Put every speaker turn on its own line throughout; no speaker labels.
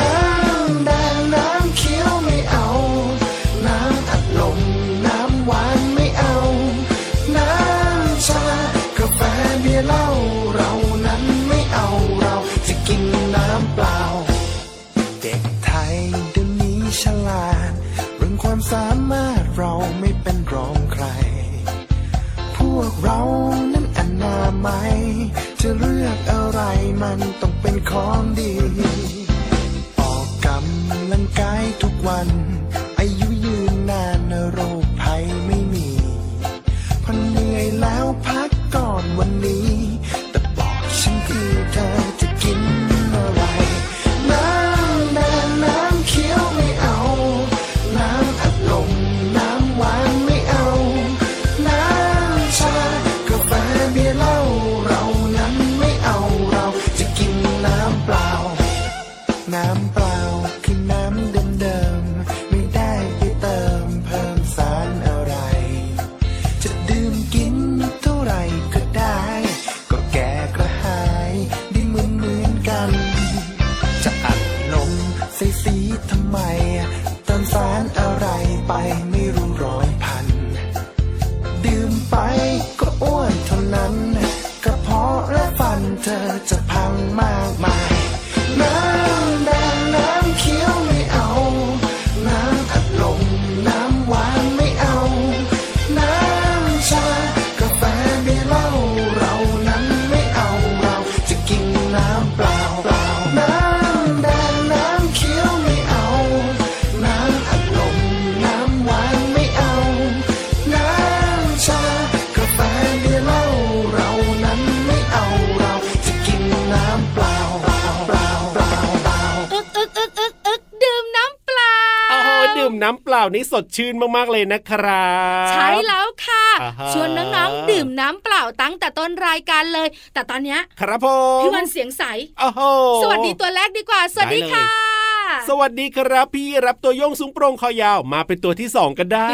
น้ำแดงน้ำเขียวไม่เอา น้ำอัดลมน้ำหวานไม่เอา น้ำชากาแฟเบียร์เหล้าเรานั้นไม่เอาเราจะกินน้ำเปล่า เด็กไทยเดี๋ยวนี้ฉลาด เรื่องความสามารถเราไม่เป็นรองใคร พวกเรานั้นอนามัยจะเลือกอะไรมันต้องเป็นของดี ออกกำลังกายทุกวัน อายุยืนนานโรคภัยไม่มีพอเหนื่อยแล้วพักก่อนวันนี้ แต่บอกฉันทีเธอจะกินอะไร น้ำแดงน้ำเขียวไม่เอา น้ำอัดลมน้ำหวานไม่เอา น้ำชากาแฟเบียร์เหล้าเรานั้นไม่เอาเราจะกินน้ำเปล่า น้ำเปล่าคือน้ำเดิมๆ ไม่ได้ไปเติมเพิ่มสารอะไร จะดื่มกินเท่าไหร่ก็ได้ ก็แก่กระหายได้เหมือนเหมือนๆกัน จะอัดลมใส่สีทำไม เติมสารอะไรไปไม่รู้ร้อยพัน ดื่มไปก็อ้วนเท่านั้นกระเพาะและฟันเธอจะพังมากมาย น้ำแดงน้ำเขียวไม่เอา น้ำอัดลมน้ำหวานไม่เอา น้ำชากาแฟเบียร์เหล้าเรานั้นไม่เอาเราจะกินน้ำเปล่าเปล่าน้ำแดงน้ำเขียวไม่เอา น้ำอัดลมน้ำหวานไม่เอา น้ำชากาแฟเบียร์เหล้าเรานั้นไม่เอาเราจะกินน้ำเปล่าเปล่าเปล่าเปล่าเปล่า
อึกอึกอึกอึกอึกดื่มน้ำเปล่า
โอ้โหดื่มน้ำเปล่านี่สดชื่นมาก ๆ เลยนะครับ
ใช่แล้วค่ะ
อ่าฮะ
ชวนน้องๆดื่มน้ำเปล่าตั้งแต่ต้นรายการเลย แต่ตอนเนี้ย
ครับผม
พี่วันเสียงใส
โอ้โห
สวัสดีตัวแรกดีกว่า สวัสดี
ได้เลย
ค่ะ
สวัสดีครับพี่รับตัวโยงสูงโปร่งคอยาวมาเป็นตัวที่สองก็ได้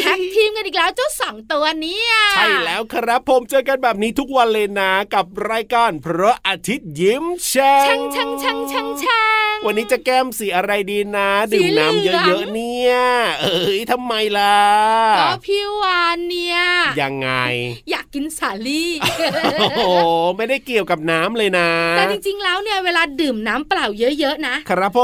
แท็กทีมกันอีกแล้วเจ้าสองตัวเนี้
ใช่แล้วครับผมเจอกันแบบนี้ทุกวันเลยนะกับรายการพระอาทิตย์ยิ้มแฉ่
ช่างช่างช่างช่างช่าง
วันนี้จะแก้มสีอะไรดีนะ ดื่มน้ำ
สีเห
เย
ลือง
อะๆเนี่ย เอ้ยทำไมล่ะ
ก็พี่วานเนี่ย
ยังไง
อยากกินสาลี่
โอ้โห ไม่ได้เกี่ยวกับน้ำเลยนะ
แต่จริงๆแล้วเนี่ยเวลาดื่มน้ำเปล่าเยอะๆนะ
ครับผ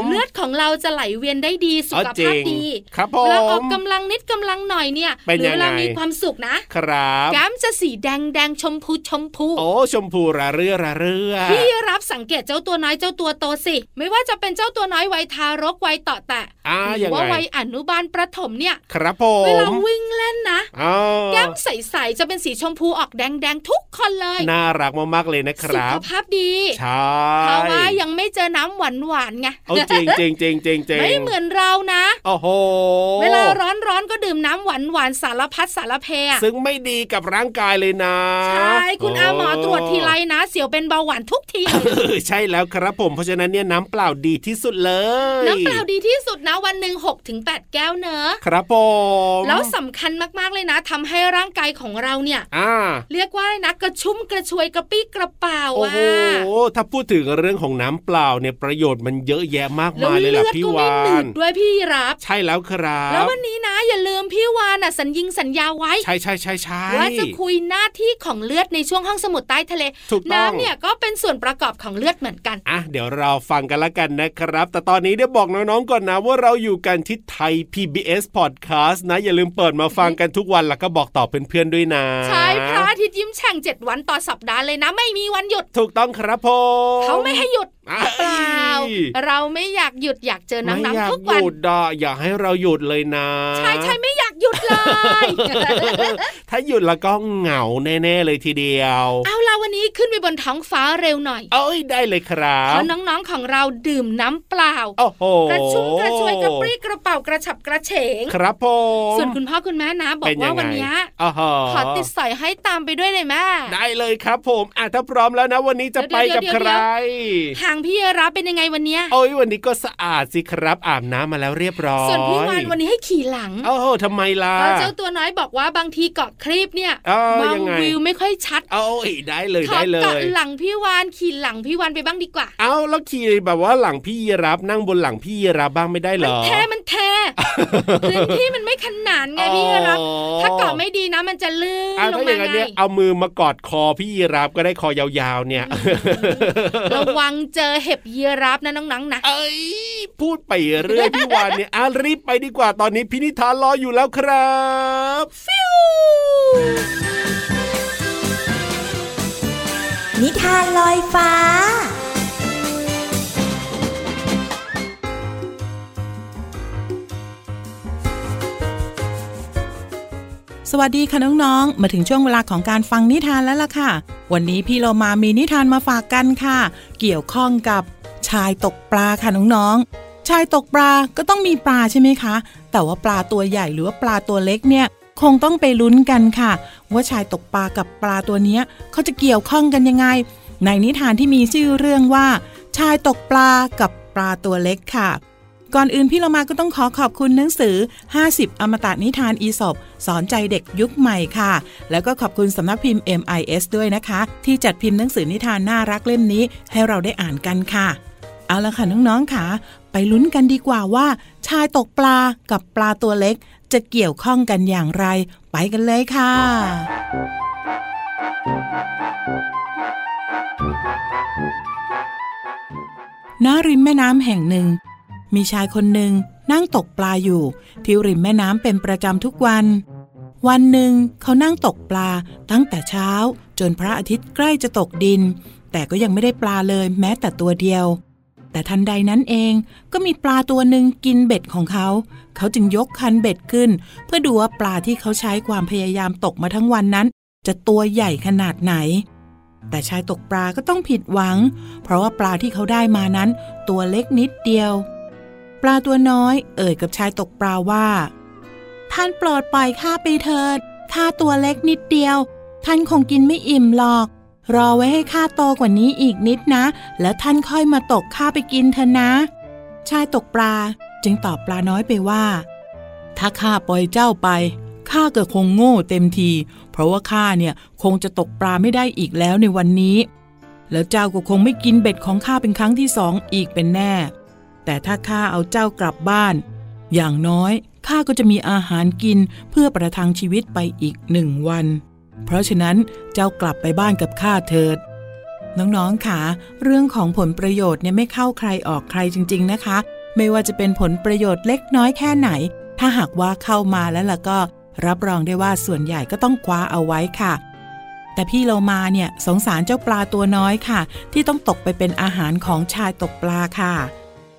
ม
เลือดของเราจะไหลเวียนได้ดีสุข
อ๋อจริ
ภาพ
ง
ดี
ครับผม
เวลาออกกำลังนิดกำลังหน่อยเนี่ย
เป็น
หรื
ยัง
เวลา
ไง
มีความสุขนะ
ครับ
แก้มจะสีแดงแดงชมพูชมพู
โอ้ ชมพูระเรื่อระเรื่อ
พี่รับสังเกตเจ้าตัวน้อยเจ้าตัวโตสิ ไม่ว่าจะเป็นเจ้าตัวน้อยวัยทารกวัยเต่อแตะ
อ่า
หรืว่า
ยังไง
วัยอนุบาลประถมเนี่ย
ครับผ
เวลาม วิ่งเล่นนะ
อ้าว
แก้มใสๆจะเป็นสีชมพูออกแดงๆทุกคนเลย
น่ารักมากๆเลยนะค
สุ
รั
ข
บ
ภาพดี
ใช่
เพราะว่ายังไม่เจอน้ำหวานๆไง
เอาจริงจริงจริงจริงจริง
ไม่เหมือนเรานะ
โอ้โห
เวลาร้อนๆก็ดื่มน้ำหวานหวานๆสารพัดสารเพอะ
ซึ่งไม่ดีกับร่างกายเลยนะ
ใช่คุณอาหมอตรวจทีไร
โ
นะ เสียวเป็นเบาหวานทุกที
อ้
เลย
เอ อใช่แล้วครับผมเพราะฉะนั้นเนี่ยน้ำเปล่าดีที่สุดเลย
น้ำเปล่าดีที่สุดนะวันหนึ่งหกถึงแปดแก้วเนอะ
ครับผม
แล้วสำคัญมากๆเลยนะทำให้ร่างกายของเราเนี่ย
อ่า
เรียกว่านะกระชุ่มกระชวยกระปี้กระเป๋า
โอ้
อ่ะ
โหถ้าพูดถึงเรื่องของน้ำเปล่าเนี่ยประโยชน์มันเยอะแยะมาก
แล้ว
มายเลย
เลื
ล่ะ
อด
พี่
ก็
วา
ไม่หนื
น
ดด้วยพี่รับ
ใช่แล้วครับ
แล้ววันนี้นะอย่าลืมพี่วานอ่ะสัญญิงสัญญาไว้
ใช่ใช่ใช่ใช่
ว่าจะคุยหน้าที่ของเลือดในช่วงห้องสมุดใต้ทะเล
ถูกต้อง
น้ำเนี่ยก็เป็นส่วนประกอบของเลือดเหมือนกัน
อ่ะเดี๋ยวเราฟังกันละกันนะครับ แต่ตอนนี้เดี๋ยวบอกน้องๆก่อนนะ ว่าเราอยู่กันที่ไทย PBS Podcast นะ อย่าลืมเปิดมาฟังกันทุกวันแล้วก็บอกต่อเพื่อนๆด้วยนะ
ใช่พระอาทิตย์ยิ้มแฉ่ง 7 วันต่อสัปดาห์เลยนะ ไม่มีวันหยุด
ถูกต้องครับผม
เขาไม่ให้หยุด
อ้ย
เปล่าเราไม่อยากหยุดอยากเจอ
ไม่อยา
น้ำ
ก
ๆทุก
ห
วัน
ยุดอ่ะอยากให้เราหยุดเลยนะ
ใช่ใช่ไม่อยากหยุดเลย
ถ้าหยุดแล้วก็เหงาแน่ๆเลยทีเดียว
เอาเราวันนี้ขึ้นไปบนท้องฟ้าเร็วหน่อย
เอ้ยได้เลยครั
เพ
บ
ราะน้องๆของเราดื่มน้ำเปล่า
โอ้โห
กระชุ่มกระชวยกระปรี้กระเป๋ากระฉับกระเฉง
ครับผม
ส่วนคุณพ่อคุณแม่นะ บอกว่าวันเนี้ย
อ๋อฮะ
ขอติดสอยให้ตามไปด้วยเลยแม่
ได้เลยครับผมอ่ะถ้าพร้อมแล้วนะ วันนี้จะ
เดี๋ยว
ไปกับ
เดี๋ยว
ใคร
เดี๋ยว ห่างพี่รับเป็นยังไงวันเนี้ย
โอ้ยวันนี้ก็สะอาดสิครับอาบน้ำมาแล้วเรียบร้อย
ส่วนพี่วานวันนี้ให้ขี่หลัง
โอ้โหทำไมล่ะ
แล้วเจ้าตัวน้อยบอกว่าบางทีเกาะคลิปเนี่ย
เอ้าม
อง
ยังไง
วิวไม่ค่อยชัด
โอ้ยได้เลย
ขอ
ได้เล
เกาะ
ย
หลังพี่วานขี่หลังพี่วานไปบ้างดีกว่า
เอาแล้วขี่แบบว่าหลังพี่ยีรับนั่งบนหลังพี่ยีรับบ้างไม่ได้เหร
มัน
อ
แท้มันแท้ พื้นที่มันไม่ขนานไงพี่รับ
อ๋อ
ถ้าเกาะไม่ดีนะ มันจะลื่น
อ่ะ
ล
ถ้า
ง
อ
มา
ย่างนั้น
ไง
เนี่ยเอามือมากอดคอพี่ยีรับก็ได้คอยาวๆเนี่ย
ระวังเจอเห็บยีราฟนะน้องๆนะ
เอ้ยพูดไปเรื่อยพี่วานเนี่ย อ่ะรีบไปดีกว่าตอนนี้พินิธานรออยู่แล้วครับ
นิทานลอยฟ้า
สวัสดีค่ะน้องๆ มาถึงช่วงเวลาของการฟังนิทานแล้วล่ะค่ะ วันนี้พี่เรามามีนิทานมาฝากกันค่ะ เกี่ยวข้องกับชายตกปลาค่ะน้องๆ ชายตกปลาก็ต้องมีปลาใช่ไหมคะ แต่ว่าปลาตัวใหญ่หรือว่าปลาตัวเล็กเนี่ยคงต้องไปลุ้นกันค่ะ ว่าชายตกปลากับปลาตัวเนี้ยเขาจะเกี่ยวข้องกันยังไง ในนิทานที่มีชื่อเรื่องว่า ชายตกปลากับปลาตัวเล็กค่ะ ก่อนอื่นพี่เรามาก็ต้องขอขอบคุณหนังสือ 50 อมตะนิทานอีสบสอนใจเด็กยุคใหม่ค่ะ แล้วก็ขอบคุณสำนักพิมพ์ MIS ด้วยนะคะ ที่จัดพิมพ์หนังสือนิทานน่ารักเล่มนี้ให้เราได้อ่านกันค่ะ เอาละค่ะน้องๆค่ะ ไปลุ้นกันดีกว่าว่า ชายตกปลากับปลาตัวเล็ก จะเกี่ยวข้องกันอย่างไร ไปกันเลยค่ะ ณริมแม่น้ำแห่งหนึ่ง มีชายคนหนึ่งนั่งตกปลาอยู่ ที่ริมแม่น้ำเป็นประจำทุกวัน วันหนึ่งเขานั่งตกปลาตั้งแต่เช้า จนพระอาทิตย์ใกล้จะตกดิน แต่ก็ยังไม่ได้ปลาเลยแม้แต่ตัวเดียว แต่ทันใดนั้นเองก็มีปลาตัวหนึ่งกินเบ็ดของเขา เขาจึงยกคันเบ็ดขึ้น เพื่อดูว่าปลาที่เขาใช้ความพยายามตกมาทั้งวันนั้น จะตัวใหญ่ขนาดไหน แต่ชายตกปลาก็ต้องผิดหวัง เพราะว่าปลาที่เขาได้มานั้น ตัวเล็กนิดเดียว ปลาตัวน้อย เอ่ยกับชายตกปลาว่า ท่านโปรดปล่อยข้าไปเถิดข้าตัวเล็กนิดเดียว ท่านคงกินไม่อิ่มหรอก รอไว้ให้ข้าโตกว่านี้อีกนิดนะ แล้วท่านค่อยมาตกข้าไปกินเถอะนะ ชายตกปลาจึงตอบปลาน้อยไปว่า ถ้าข้าปล่อยเจ้าไปข้าก็คงโง่เต็มที เพราะว่าข้าเนี่ยคงจะตกปลาไม่ได้อีกแล้วในวันนี้ แล้วเจ้าก็คงไม่กินเบ็ดของข้าเป็นครั้งที่สองอีกเป็นแน่ แต่ถ้าข้าเอาเจ้ากลับบ้าน อย่างน้อยข้าก็จะมีอาหารกินเพื่อประทังชีวิตไปอีกหนึ่งวัน เพราะฉะนั้นเจ้ากลับไปบ้านกับข้าเถิด น้องๆค่ะ เรื่องของผลประโยชน์เนี่ยไม่เข้าใครออกใครจริง ๆนะคะ ไม่ว่าจะเป็นผลประโยชน์เล็กน้อยแค่ไหน ถ้าหากว่าเข้ามาแล้วล่ะก็ รับรองได้ว่าส่วนใหญ่ก็ต้องคว้าเอาไว้ค่ะ แต่พี่เรามาเนี่ยสงสารเจ้าปลาตัวน้อยค่ะ ที่ต้องตกไปเป็นอาหารของชายตกปลาค่ะ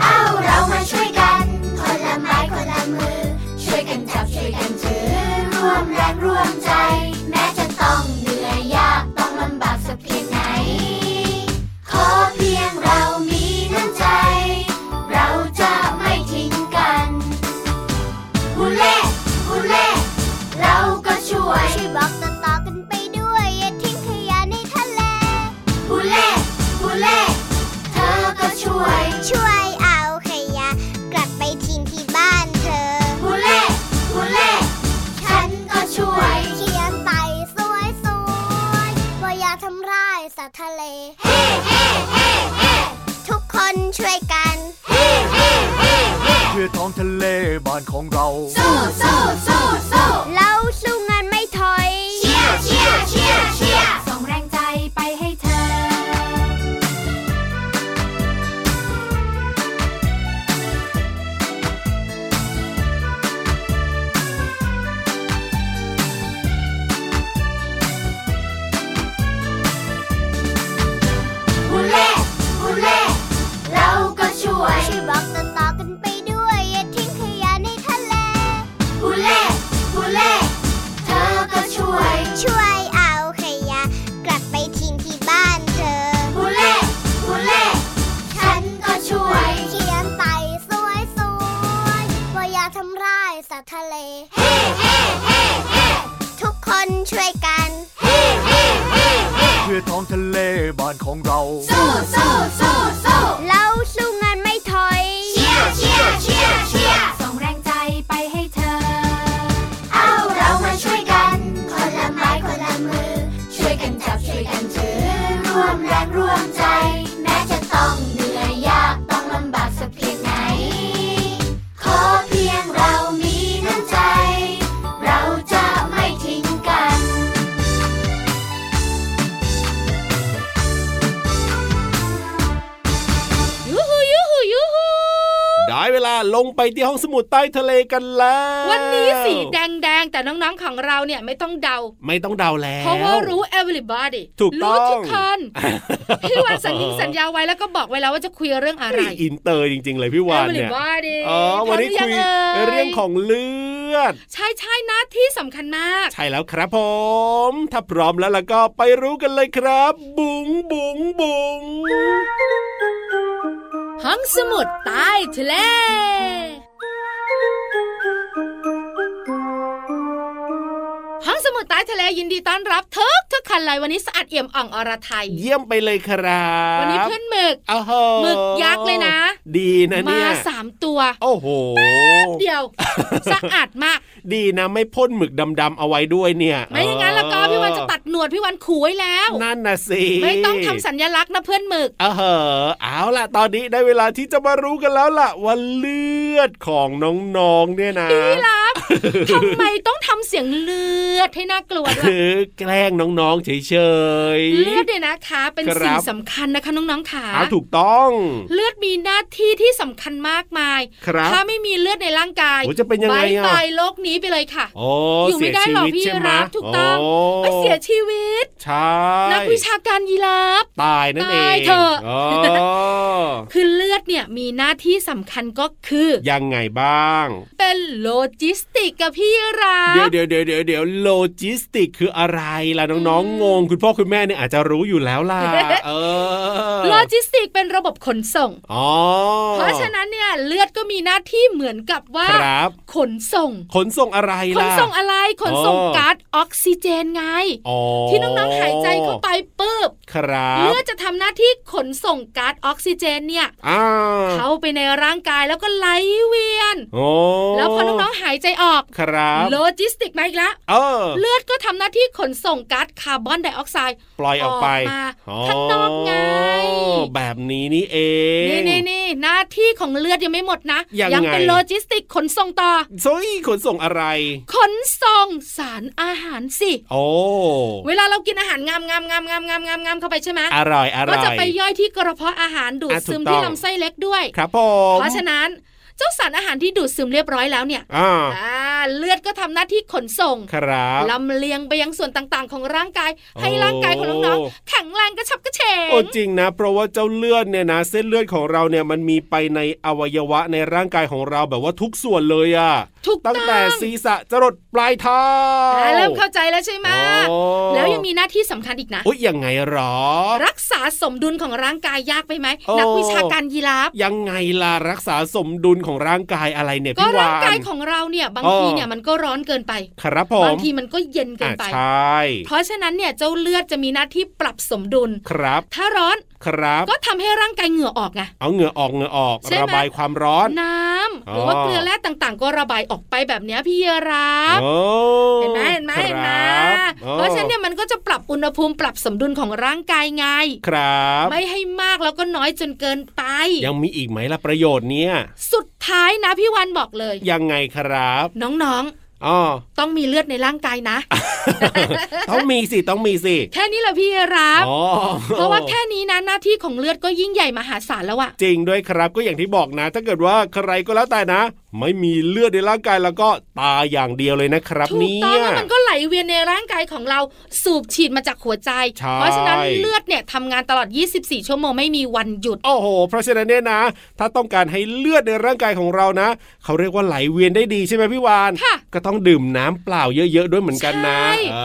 เอาเรามาช่วยกัน คนละไม้คนละมือ ช่วยกันจับช่วยกันถือ ร่วมแรงร่วมใจ แม้จะต้องเหนื่อยยากต้องลำบากสักเพียงไหน ขอเพียงเรามีน้ำใจ เราจะไม่ทิ้งกันฮูเล่ฮูเล่เราก็ช่วย
ช่วยบอกต่อๆกันไปด้วย อย่าทิ้งขยะในทะเล
ฮูเล่ฮูเล่เธอก็ช่วย
ช่วยเอาขยะ กลับไปทิ้งที่บ้านเธอ
ฮูเล่ฮูเล่ฉันก็ช่วย
เขียนไปสวยๆว่าอย่าทำร้ายสัตว์ทะเล
เฮ้เฮ้เฮ้เฮ้
ทุกคนช่วยกัน
เฮ้เฮ้เฮ้เฮ้
เพื่อท้องทะเลบ้านของเรา
สู้สู้สู้สู้
เราสู้งานไม่ถอย
เชี
ช่วยกัน
เพื่อท้องทะเลบ้านของเรา
สู้สู้สู้สู้
เราสู้งานไม่ถอย
เชียร์เชียร์เชียร์เชียร์ส่งแรงใจไปให้เธอ เอาเรามาช่วยกัน คนละไม้คนละมือ ช่วยกันจับช่วยกันถือ ร่วมแรงร่วมใจ แม้จะต้องเหนื่อยยากต้องลำบากสักเพียงไหน ขอเพียงเรามีน้ำใจ เราจะไม่ทิ้งกัน
ยูฮูยูฮูยูฮู
ได้เวลาลงไปที่ห้องสมุดใต้ทะเลกันแล้ว
วันนี้สีแดงแดงๆแต่น้องๆของเราเนี่ยไม่ต้องเดา
ไม่ต้องเดาแล้ว
เพราะว่า รู้ everybody
ถูกต้
รู้
อง
ทุกคน พี่วันสัญญิงสัญญาไว้แล้วก็บอกไว้แล้วว่าจะคุยเรื่องอะไร
นี่อินเตอร์จริง ๆ เลยพี่วานเนี่ย
everybody
อ๋อวันนี้
พร้อ
คุ
ม
ย
หอ
เรื่องของเลือด
ใช่ใช่ๆนะที่สำคัญมาก
ใช่แล้วครับผม ถ้าพร้อมแล้วล่ะก็ไปรู้กันเลยครับ บุ๋งบุ๋งบุ๋ง
ห้องสมุดใต้ทะเล ห้องสมุดใต้ทะเลยินดีต้อนรับทุกทุกคันเลยวันนี้สะอาดเอี่ยมอ่องอรไทย
เยี่ยมไปเลยครับ
วันนี้เพื่อนหมึก
อ้าวโห
หมึกยักษ์เลยนะ
ดีนะ
มา
เนี่ย
สามตัว
โอ้โห
เดียว สะอาดมาก
ดีนะไม่พ่นหมึกดำๆเอาไว้ด้วยเนี่ย
ไม่อย่างนั้นแล้วก็พี่วันจะตัดหนวดพี่วันขู่ไว้แล้ว
นั่นนะสิ
ไม่ต้องทำสัญลักษณ์นะเพื่อนหมึก
เออเหอะเอาล่ะ ตอนนี้ได้เวลาที่จะมารู้กันแล้วล่ะว่าเลือดของน้องๆเนี่ยนะ
พี่รับทำไมต้องทำเสียงเลือดให้น่ากลัวด้วย
คือแกล้งน้องๆเฉยๆ
เลือดเนี่ยนะคะเป็น
ครับ
สิ่งสำคัญนะคะน้องๆขา
เอาถูกต้อง
เลือดมีหน้าที่ที่สำคัญมากมาย
ครับ
ถ้าไม่มีเลือดในร่างกาย
โอ้จะเป็นยังไง
บา
อะ
ตายโลกนี้ไปเลยค่ะ
โอ้
อยู่ไม่
เสีย
ได้
ชี
หรอก
วิต
พี่
ใช่ไหม
รับถูกต้อง
โ
ไม่เสียชีวิต
ใช่
นักวิชาการยีราฟ
ตายนั่นเอ
ตาย
ง
เถอะ
โอ้
คือเลือดเนี่ยมีหน้าที่สำคัญก็คือ
ยังไงบ้าง
เป็นโลจิสติกกับพี่รั
เดี๋ยว
บ
เดี๋ยวเดี๋ยวเดี๋ยวเดี๋ยวโลจิสติกคืออะไรล่ะน้องๆงง คุณพ่อคุณแม่เนี่ยอาจจะรู้อยู่แล้ว ล่ะเออ
โลจิสติกเป็นระบบขนส่ง
อ๋อ
เพราะฉะนั้นเนี่ยเลือดก็มีหน้าที่เหมือนกับว่า
ครับ
ขนส่ง
ขนส่งอะไร
ขน
ล่ะ
ส่งอะไร ขนส่ง
อ๋อ
ก๊าซออกซิเจนไง
อ๋อ
ที่น้องๆหายใจเข้าไปปุ๊บ
ครับ
เลือดจะทำหน้าที่ขนส่งก๊าซออกซิเจนเนี่ย
อ้าว
เข้าไปในร่างกายแล้วก็ไหลเวียน
โอ้
แล้วพอน้องๆหายใจออก
ครับ
โลจิสติกมาอีกแล้ว
เออ
เลือดก็ทำหน้าที่ขนส่งก๊าซคาร์บอนไดออกไซด์
ปล่อยออกไป
ออกมาข้างนอกไง
แบบนี้นี่เอง
นี่นี่นี่หน้าที่ของเลือดยังไม่หมดนะ
ยังไง
เป็นโลจิสติกขนส่งต่อ
โซ่ยขนส่งอะไร
ขนส่งสารอาหารสิ
โอ้
เวลาเรากินอาหารงามงามงามงามงามงามงามเข้าไปใช่ไหม
อร่อยอร่อย
ก็จะไปย่อยที่กระเพาะอาหารดูด
อ่ะถูก
ซึม
ต้
ที่
อง
ลำไส้เล็กด้วย
ครับผม
เพราะฉะนั้นเจ้าสารอาหารที่ดูดซึมเรียบร้อยแล้วเนี่ย
อ่า
อ่าเลือดก็ทำหน้าที่ขนส่ง
ครับ
ลำเลียงไปยังส่วนต่างๆ ของร่างกาย
โอ้
ให้ร่างกายของน้องๆแข็งแรงกระชับกระเฉง
โอ้จริงนะ เพราะว่าเจ้าเลือดเนี่ยนะ เส้นเลือดของเราเนี่ยมันมีไปในอวัยวะในร่างกายของเราแบบว่าทุกส่วนเลยอะ
ถูก
ตั้ง
ต้อง
แต่ศีรษะจรดปลายเท้า
อ่าเริ่มเข้าใจแล้วใช่ไหม
โอ้
แล้วยังมีหน้าที่สำคัญอีกนะ
โอ้ยยังไงหรอ
รักษาสมดุลของร่างกายยากไปไหม
โอ้
นักวิชาการยีราฟ
ยังไงล่ะรักษาสมดุลของร่างกายอะไรเนี่ย
ก็
พี่วา
ร่างกาย
น
ของเราเนี่ยบาง
อ๋อ
ทีเนี่ยมันก็ร้อนเกินไป
ครับผม
บางทีมันก็เย็นเกินไป
อ่ะใช่
เพราะฉะนั้นเนี่ยเจ้าเลือดจะมีหน้าที่ปรับสมดุล
ครับ
ถ้าร้อน
ครับ
ก็ทำให้ร่างกายเหงื่อออกไง
เอาเหงื่อออกเหงื่อออก
ใช่ไหม
ระบายความร้อน
น้ำหรืออ
อ
ว่าเกลือแร่ต่างๆ ก็ระบายออกไปแบบเนี้ยพี่รับ
โอ้
เห็นไหมเห็นไหมเห็นไหม
ครับ
เพราะฉะนั้นเนี่ยมันก็จะปรับอุณหภูมิปรับสมดุลของร่างกายไง
ครับ
ไม่ให้มากแล้วก็น้อยจนเกินไป
ยังมีอีกไหมล่ะประโยชน์เนี้ย
สุดท้ายนะพี่วันบอกเลย
ยังไงครับ
น้อง
อ๋อ
ๆ ต้องมีเลือดในร่างกายนะ
ต้องมีสิต้องมีสิ
แค่นี้แหละพี่รับ
อ๋อ
เพราะว่าแค่นี้นะหน้าที่ของเลือดก็ยิ่งใหญ่มหาศาลแล้วอะ
จริงด้วยครับก็อย่างที่บอกนะ ถ้าเกิดว่าใครก็แล้วแต่นะ ไม่มีเลือดในร่างกายแล้วก็ตายอย่างเดียวเลยนะครับ
ถูก
เนี่
ต้อง
ย
แล้วมันก็ไหลเวียนในร่างกายของเราสูบฉีดมาจากหัวใจ
ใช่
เพราะฉะนั้นเลือดเนี่ยทำงานตลอด 24 ชั่วโมงไม่มีวันหยุด
โอ้โห เพราะฉะนั้นเนี่ยนะ ถ้าต้องการให้เลือดในร่างกายของเรานะ เขาเรียกว่าไหลเวียนได้ดีใช่ไหมพี่วาน
ค่ะ
ก็ต้องดื่มน้ำเปล่าเยอะๆด้วยเหมือนกันนะ
ใช่
เอ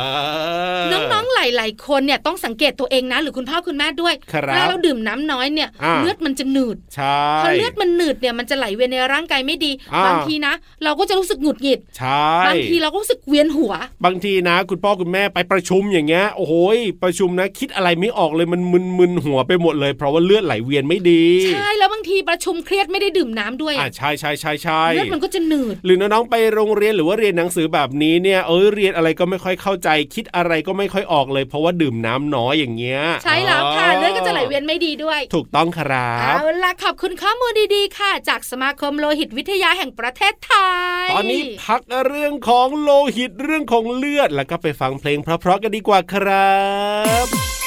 อ
น้องๆหลาย ๆ คนเนี่ยต้องสังเกตตัวเองนะ หรือคุณพ่อคุณแม่ด้วย
ครับ
เวลาเราดื่มน้ำน้อยเนี่ย
อ่า
เลือดมันจะหนืด
ใช่
พอเลือดมันหนืดเนี่ยมันจะไหลเวียนในร่างกายไม่ดี
อ่า
บางทีนะ เราก็จะรู้สึกหงุดหงิด
ใช่
บางทีเราก็รู้สึกเวียนหัว
บางทีนะ คุณพ่อคุณแม่ไปประชุมอย่างเงี้ยโอ้โหยประชุมนะ คิดอะไรไม่ออกเลยมันมึนมึนหัวไปหมดเลย เพราะว่าเลือดไหลเวียนไม่ดี
ใช่แล้วบางทีประชุมเครียดไม่ได้ดื่มน้ำด้วย
อ่า
อะ
ใช่ใช่ใช่ใช่
เลือดมันก็จะหนืด
หรือน้องๆไปโรงเรียนหรือว่าเรียนหนังสือแบบนี้เนี่ยเอยเรียนอะไรก็ไม่ค่อยเข้าใจ คิดอะไรก็ไม่ค่อยออกเลย เพราะว่าดื่มน้ำน้อยอย่างเงี้ย
ใช่แล้วค่ะเลือดก็จะไหลเวียนไม่ดีด้วย
ถูกต้องครับ
เอาล่ะขอบคุณข้อมูลดีๆ ค่ะ จากสมาคมโลหิตวิทยาแห่งประเทศไทย
ตอนนี้พักเรื่องของโลหิตเรื่องของเลือดแล้วก็ไปฟังเพลงเพราะๆกันดีกว่าครับ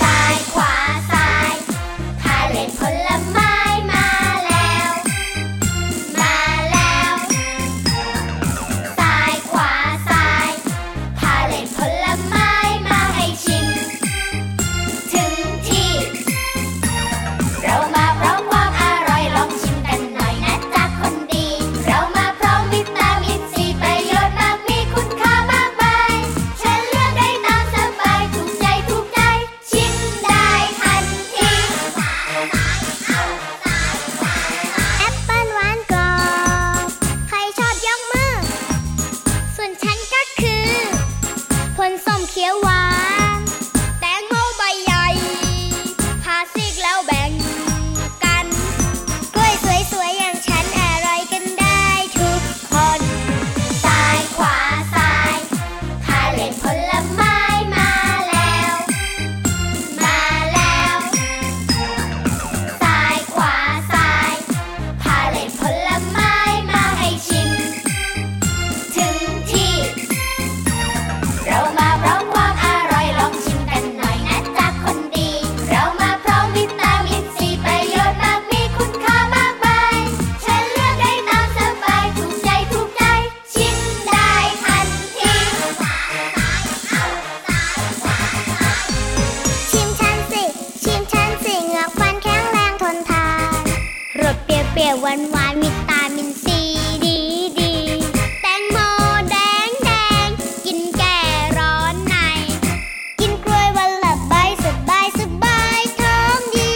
ซ้ายขวาซ้ายพาเล่นผลไม้มาแล้ว มาแล้วซ้ายขวาซ้ายพาเล่นผลไม้มาให้ชิม ถึงที่ เรามาพร้อมความอร่อยลองชิมกันหน่อยนะจ๊ะคนดี เรามาพร้อมวิตามินซีประโยชน์มากมีคุณค่ามากมายฉันเลือกได้ตามสบายถูกใจถูกใจ ชิมได้ทันที
แอปเปิ้ลหวานกรอบใครชอบยกมือ ส่วนฉันก็คือผลส้มเขียวหวาน แตงโมใบใหญ่พาซีกแล้วแบ่งกัน กล้วยสวยๆ อย่างฉันอร่อยกันได้ทุกคน
ซ้ายขวาซ้ายพาเล่นผลไม้มาแล้ว มาแล้วซ้ายขวาซ้ายพาเล่นผลไม้มาให้ชิม ถึงที่ เรามาพร้อมความอร่อยลองชิมกันหน่อยนะจ๊ะคนดี เรามาพร้อมวิตามินซีประโยชน์มากมีคุณค่ามากมายฉันเลือกได้ตามสบายถูกใจถูกใจ ชิมได้ทันที
ชิมฉันสิ ชิมฉันสิเหงือกฟันแข็งแรงทนทานรสเปรี้ยวๆหวานหวานๆวิตามินซีดีดีๆแตงโมแดงแดงๆกินแก่ร้อนใน กินกล้วยวันละใบสบายสบายท้องดี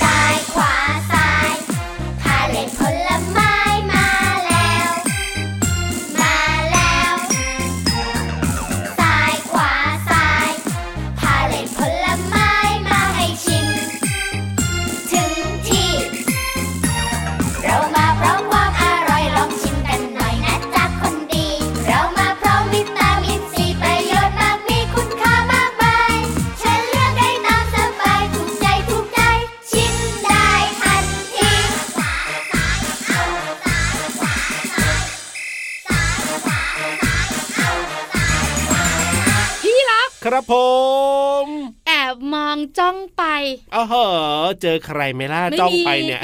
ซ้ายขวาซ้ายพาเล่นผลไม้มาแล้ว มาแล้วซ้ายขวาซ้ายพาเล่นผลไม้มาให้ชิม ถึงที่ เรามาพร้อมความอร่อยลองชิมกันหน่อยนะจ๊ะคนดี เรามาพร้อมวิตามินซีประโยชน์มากมีคุณค่ามากมายฉันเลือกได้ตามสบายถูกใจถูกใจ ชิมได้ทันที
พี่รับ
ครับผม
แอบมองจ้องไป
อ้าวเหรอเจอใครไหม่ล่ะ
ไม่มี
จ้องไป เนี่ย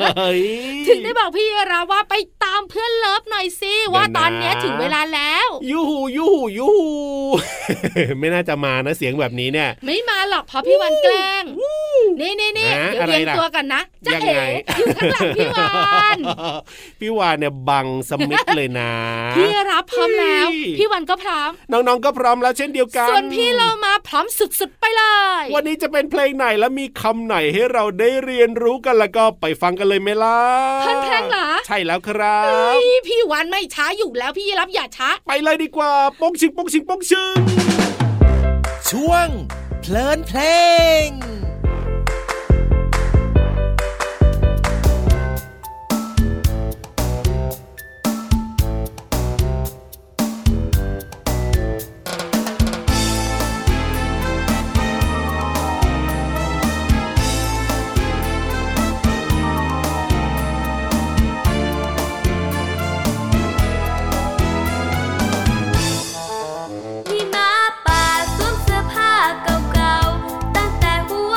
เฮ้ย
ถึงได้บอกพี่รับว่าไปตามเพื่อนเลิฟหน่อยสิว่าตอนเนี้ย
เดี๋ยวนะ
ถึงเวลาแล้ว
ยูหูยูหูยูหู ไม่น่าจะมานะเสียงแบบนี้เนี่ย
ไม่มาหรอกเพราะพี่วันแกล้งนี่นี่นี่
นะ
เดี๋ยวเรีย
อะ
ง
ไรล่ะ
ตัวกันนะจะ
ยัง
เอ๋
ไง
อยู่ข้างหลังพี่ วัน
พี่วานเนี่ยบังสมิธเลยนะ
พี่รับพร้อมแล้ว
อุ้ย
พี่วันก็พร้อม
น้องๆก็พร้อมแล้วเช่นเดียวกัน
ส่วนพี่เรามาพร้อมสุดๆไปเลย
วันนี้จะเป็นเพลงไหนและมีคำไหนให้เราได้เรียนรู้กันแล้วก็ไปฟังกันเลยไหมล่ะ
ท่อนแพลงเหรอ
ใช่แล้วครับ
พี่พี่วันไม่ช้าอยู่แล้วพี่รับอย่าช้า
ไปเลยดีกว่าปงชิงปงชิงปงชิง
ช่วงเพลินเพลง
มีหมาป่าสวมเสื้อผ้าเก่าๆ ตั้งแต่หัว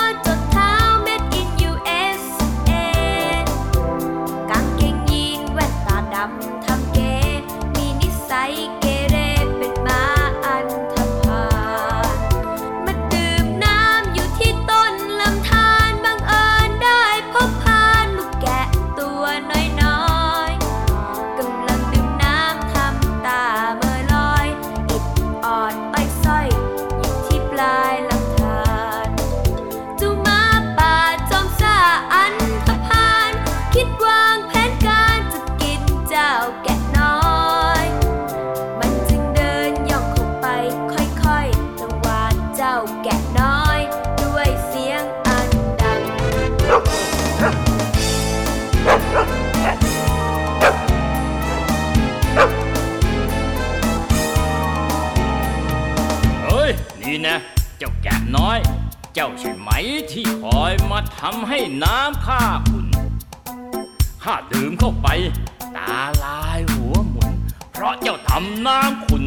ที่คอยมาทำให้น้ำข้าขุ่นข้าดื่มเข้าไป ตาลายหัวหมุน เพราะเจ้าทำน้ำขุ่น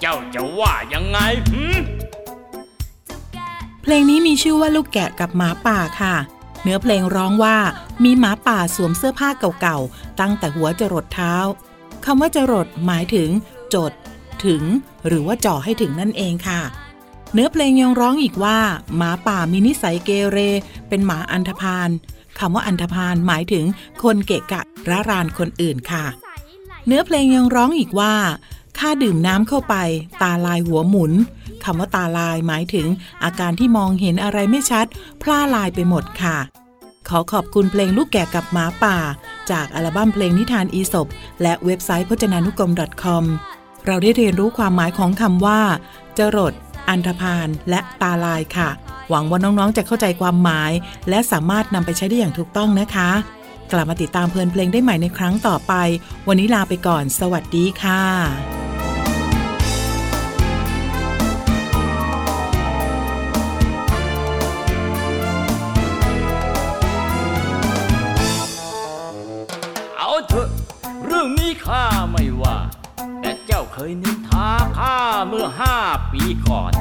เจ้าจะว่ายังไงหืม
เพลงนี้มีชื่อว่าลูกแกะกับหมาป่าค่ะ เนื้อเพลงร้องว่า มีหมาป่าสวมเสื้อผ้าเก่าๆ ตั้งแต่หัวจรดเท้าคำว่าจรดหมายถึง จด ถึง หรือว่าจ่อให้ถึงนั่นเองค่ะ เนื้อเพลงยังร้องอีกว่า หมาป่ามีนิสัยเกเร เป็นหมาอันธพาลคำว่าอันธพาลหมายถึง คนเกะกะระรานคนอื่นค่ะ เนื้อเพลงยังร้องอีกว่าข้าดื่มน้ำเข้าไป ตาลายหัวหมุนคำว่าตาลายหมายถึง อาการที่มองเห็นอะไรไม่ชัด พล่าลายไปหมดค่ะ ขอขอบคุณเพลงลูกแก่กับหมาป่า จากอัลบั้มเพลงนิทานอีสบและเว็บไซต์พจนานุกรม .com เราได้เรียนรู้ความหมายของคำว่า จรด อันธพาลและตาลายค่ะ หวังว่าน้องๆจะเข้าใจความหมาย และสามารถนำไปใช้ได้อย่างถูกต้องนะคะ กลับมาติดตามเพลินเพลงได้ใหม่ในครั้งต่อไป วันนี้ลาไปก่อน สวัสดีค่ะ
เอาเถอะเรื่องนี้ข้าไม่ว่า แต่เจ้าเคยนินทาข้าเมื่อห้าปีก่อน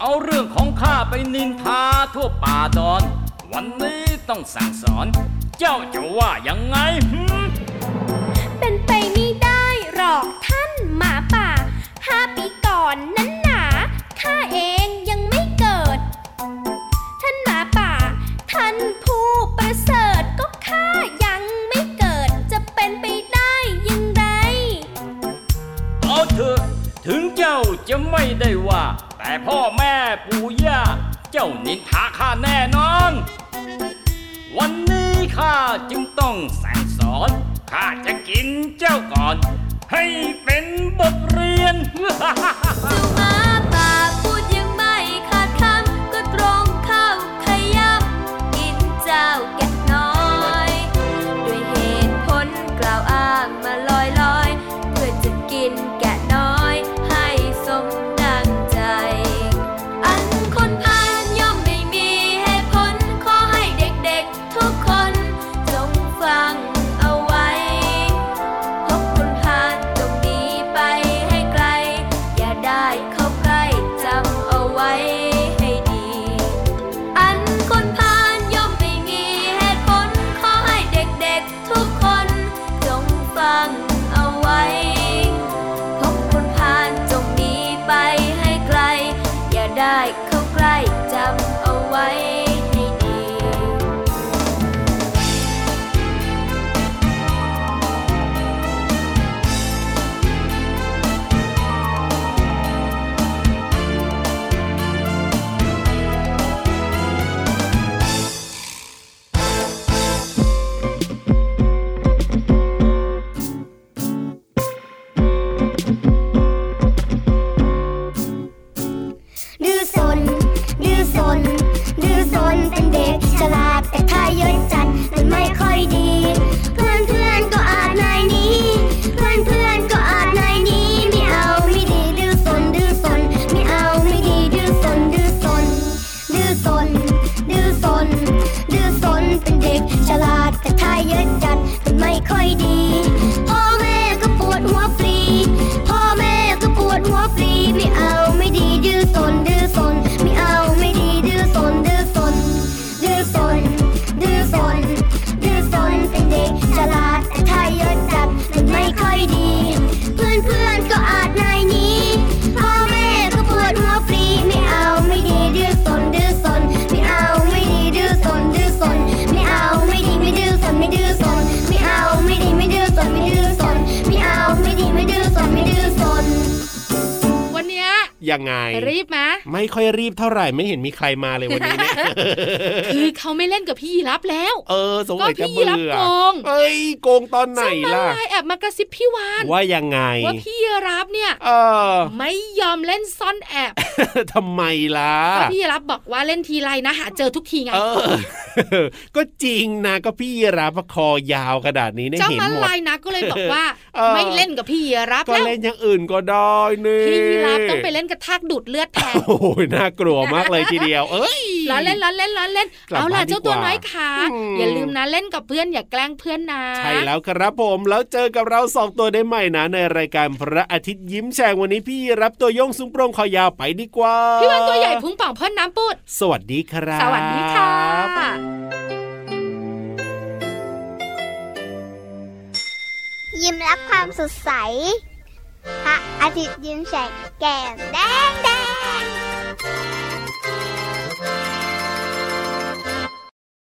เอาเรื่องของข้าไปนินทาทั่วป่าดอน วันนี้ต้องสั่งสอน เจ้าจะว่ายังไงหึ
เป็นไปไม่ได้หรอกท่านหมาป่าห้าปีก่อนนั้นหนาข้าเองยังไม่เกิด ท่านหมาป่า ท่านผู้ประเสริฐก็ข้ายังไม่เกิด จะเป็นไปได้ยังไง
เอาเถอะถึงเจ้าจะไม่ได้ว่า แต่พ่อแม่ปู่ย่าเจ้านินทาข้าแน่นอน วันนี้ข้าจึงต้องสั่งสอนข้าจะกินเจ้าก่อน ให้เป็นบทเรียน
มาป่าพูดยังไม่ขาดคำก็ตรงเข้าขยับกินเจ้าแกะน้อย ด้วยเหตุผลกล่าวอ้างมาลอยลอยๆเพื่อจะกินแกะน้อยให้สมดังใจ อันคนพานย่อมไม่มีเหตุผลขอให้เด็กๆทุกคนจงฟังเอาไว้ พบคุณพานตรงนี้ไปให้ไกล อย่าได้เข้าใกล้จำเอาไว้ให้ดี อันคนพานย่อมไม่มีเหตุผลขอให้เด็กๆทุกคนจงฟังเอาไว้ พบคุณพานจงหนีไปให้ไกล อย่าได้เข้าใกล้จำเอาไว้ให้ดี ดื้อสน ดื้อสน ดื้อสนเป็นเด็กฉลาดแต่ถ้าเยอะจัดมันไม่ค่อยดี เพื่อนเพื่อนๆก็อาจนายหนี้ เพื่อนเพื่อนๆก็อาจนายหนี้ไม่เอาไม่ดี ดื้อสน ดื้อสนไม่เอาไม่ดี ดื้อสน ดื้อสน ดื้อสน ดื้อสน ดื้อสนเป็นเด็กฉลาดแต่ถ้าเยอะจัดมันไม่ค่อยดี พ่อแม่ก็ปวดหัวฟรี พ่อแม่ก็ปวดหัวฟรีไม่เอาไม่ดี ดื้อสน ดื้อสนไม่เอาไม่ดี ดื้อสน ดื้อสน ดื้อสน ดื้อสน ดื้อสนเป็นเด็กฉลาดแต่ถ้าเยอะจัดมันไม่ค่อยดี เพื่อนเพื่อนๆก็อาจนายหนี้ พ่อแม่ก็ปวดหัวฟรีไม่เอาไม่ดี ดื้อสน ดื้อสนไม่เอาไม่ดี ดื้อสน ดื้อสนไม่เอาไม่ดีไม่ดื้อสนไม่ดื้อสนไม่เอาไม่ดีไม่ดื้อสนไม่ดื้อสนไม่เอาไม่ดีไม่ดื้อสนไม่ดื้อสน
วันเนี้ย
ยังไง
รีบไหม
ไม่ค่อยรีบเท่าไหร่ไม่เห็นมีใครมาเลยวันนี้ เนี่ย
คือเขาไม่เล่นกับพี่ยีรับแล้ว
เออสงสัยจะเบื่
ก็พี่
อ
รับโกง
เอ้ยโกงตอนไหน
ซึ่งน้อง
ล่ะ
นายแอบมากระซิบพี่วาน
ว่ายังไง
ว่าพี่ยีรับเนี่ย
เออ
ไม่ยอมเล่นซ่อนแอบ
ทำไมล่ะ
เพราะพี่ยีรับบอกว่าเล่นทีไรนะหาเจอทุกทีไง
เออ ก็จริงนะก็พี่ยีราฟคอยาวขนาดนี้เนี่ย
เจ้า
เห็น
มัน
หมด
ลายนะก็เลยบอกว่า
เออ
ไม่เล่นกับพี่ยีรับ
ก็
แล้ว
เล่นอย่างอื่นก็ได้นี่
พี่ยีรับต้องไปเล่นกับ ทากดูดเลือดแทน
โอ้โหน่ากลัวมากเลยทีเดียว เอ้ย
ล้อเล่นล้อเล่นล้อเล่น
กลับ
เอาล่ะ
บ้านดีกว่า
เจ้าตัวน้อยขา
อืม
อย่าลืมนะเล่นกับเพื่อนอย่าแกล้งเพื่อนนะ
ใช่แล้วครับผมแล้วเจอกับเราสองตัวได้ใหม่นะในรายการพระอาทิตย์ยิ้มแฉ่งวันนี้พี่รับตัวโยงสุงโปรงคอยาวไปดีกว่า
พี่วันตัวใหญ่พุงป่องพ่นน้ำปูด
สวัสดีครับ
สวัสดีค่ะ
ยิ้มรับความสดใส พระอาทิตย์ยิ้มแฉกแก้มแดงแดง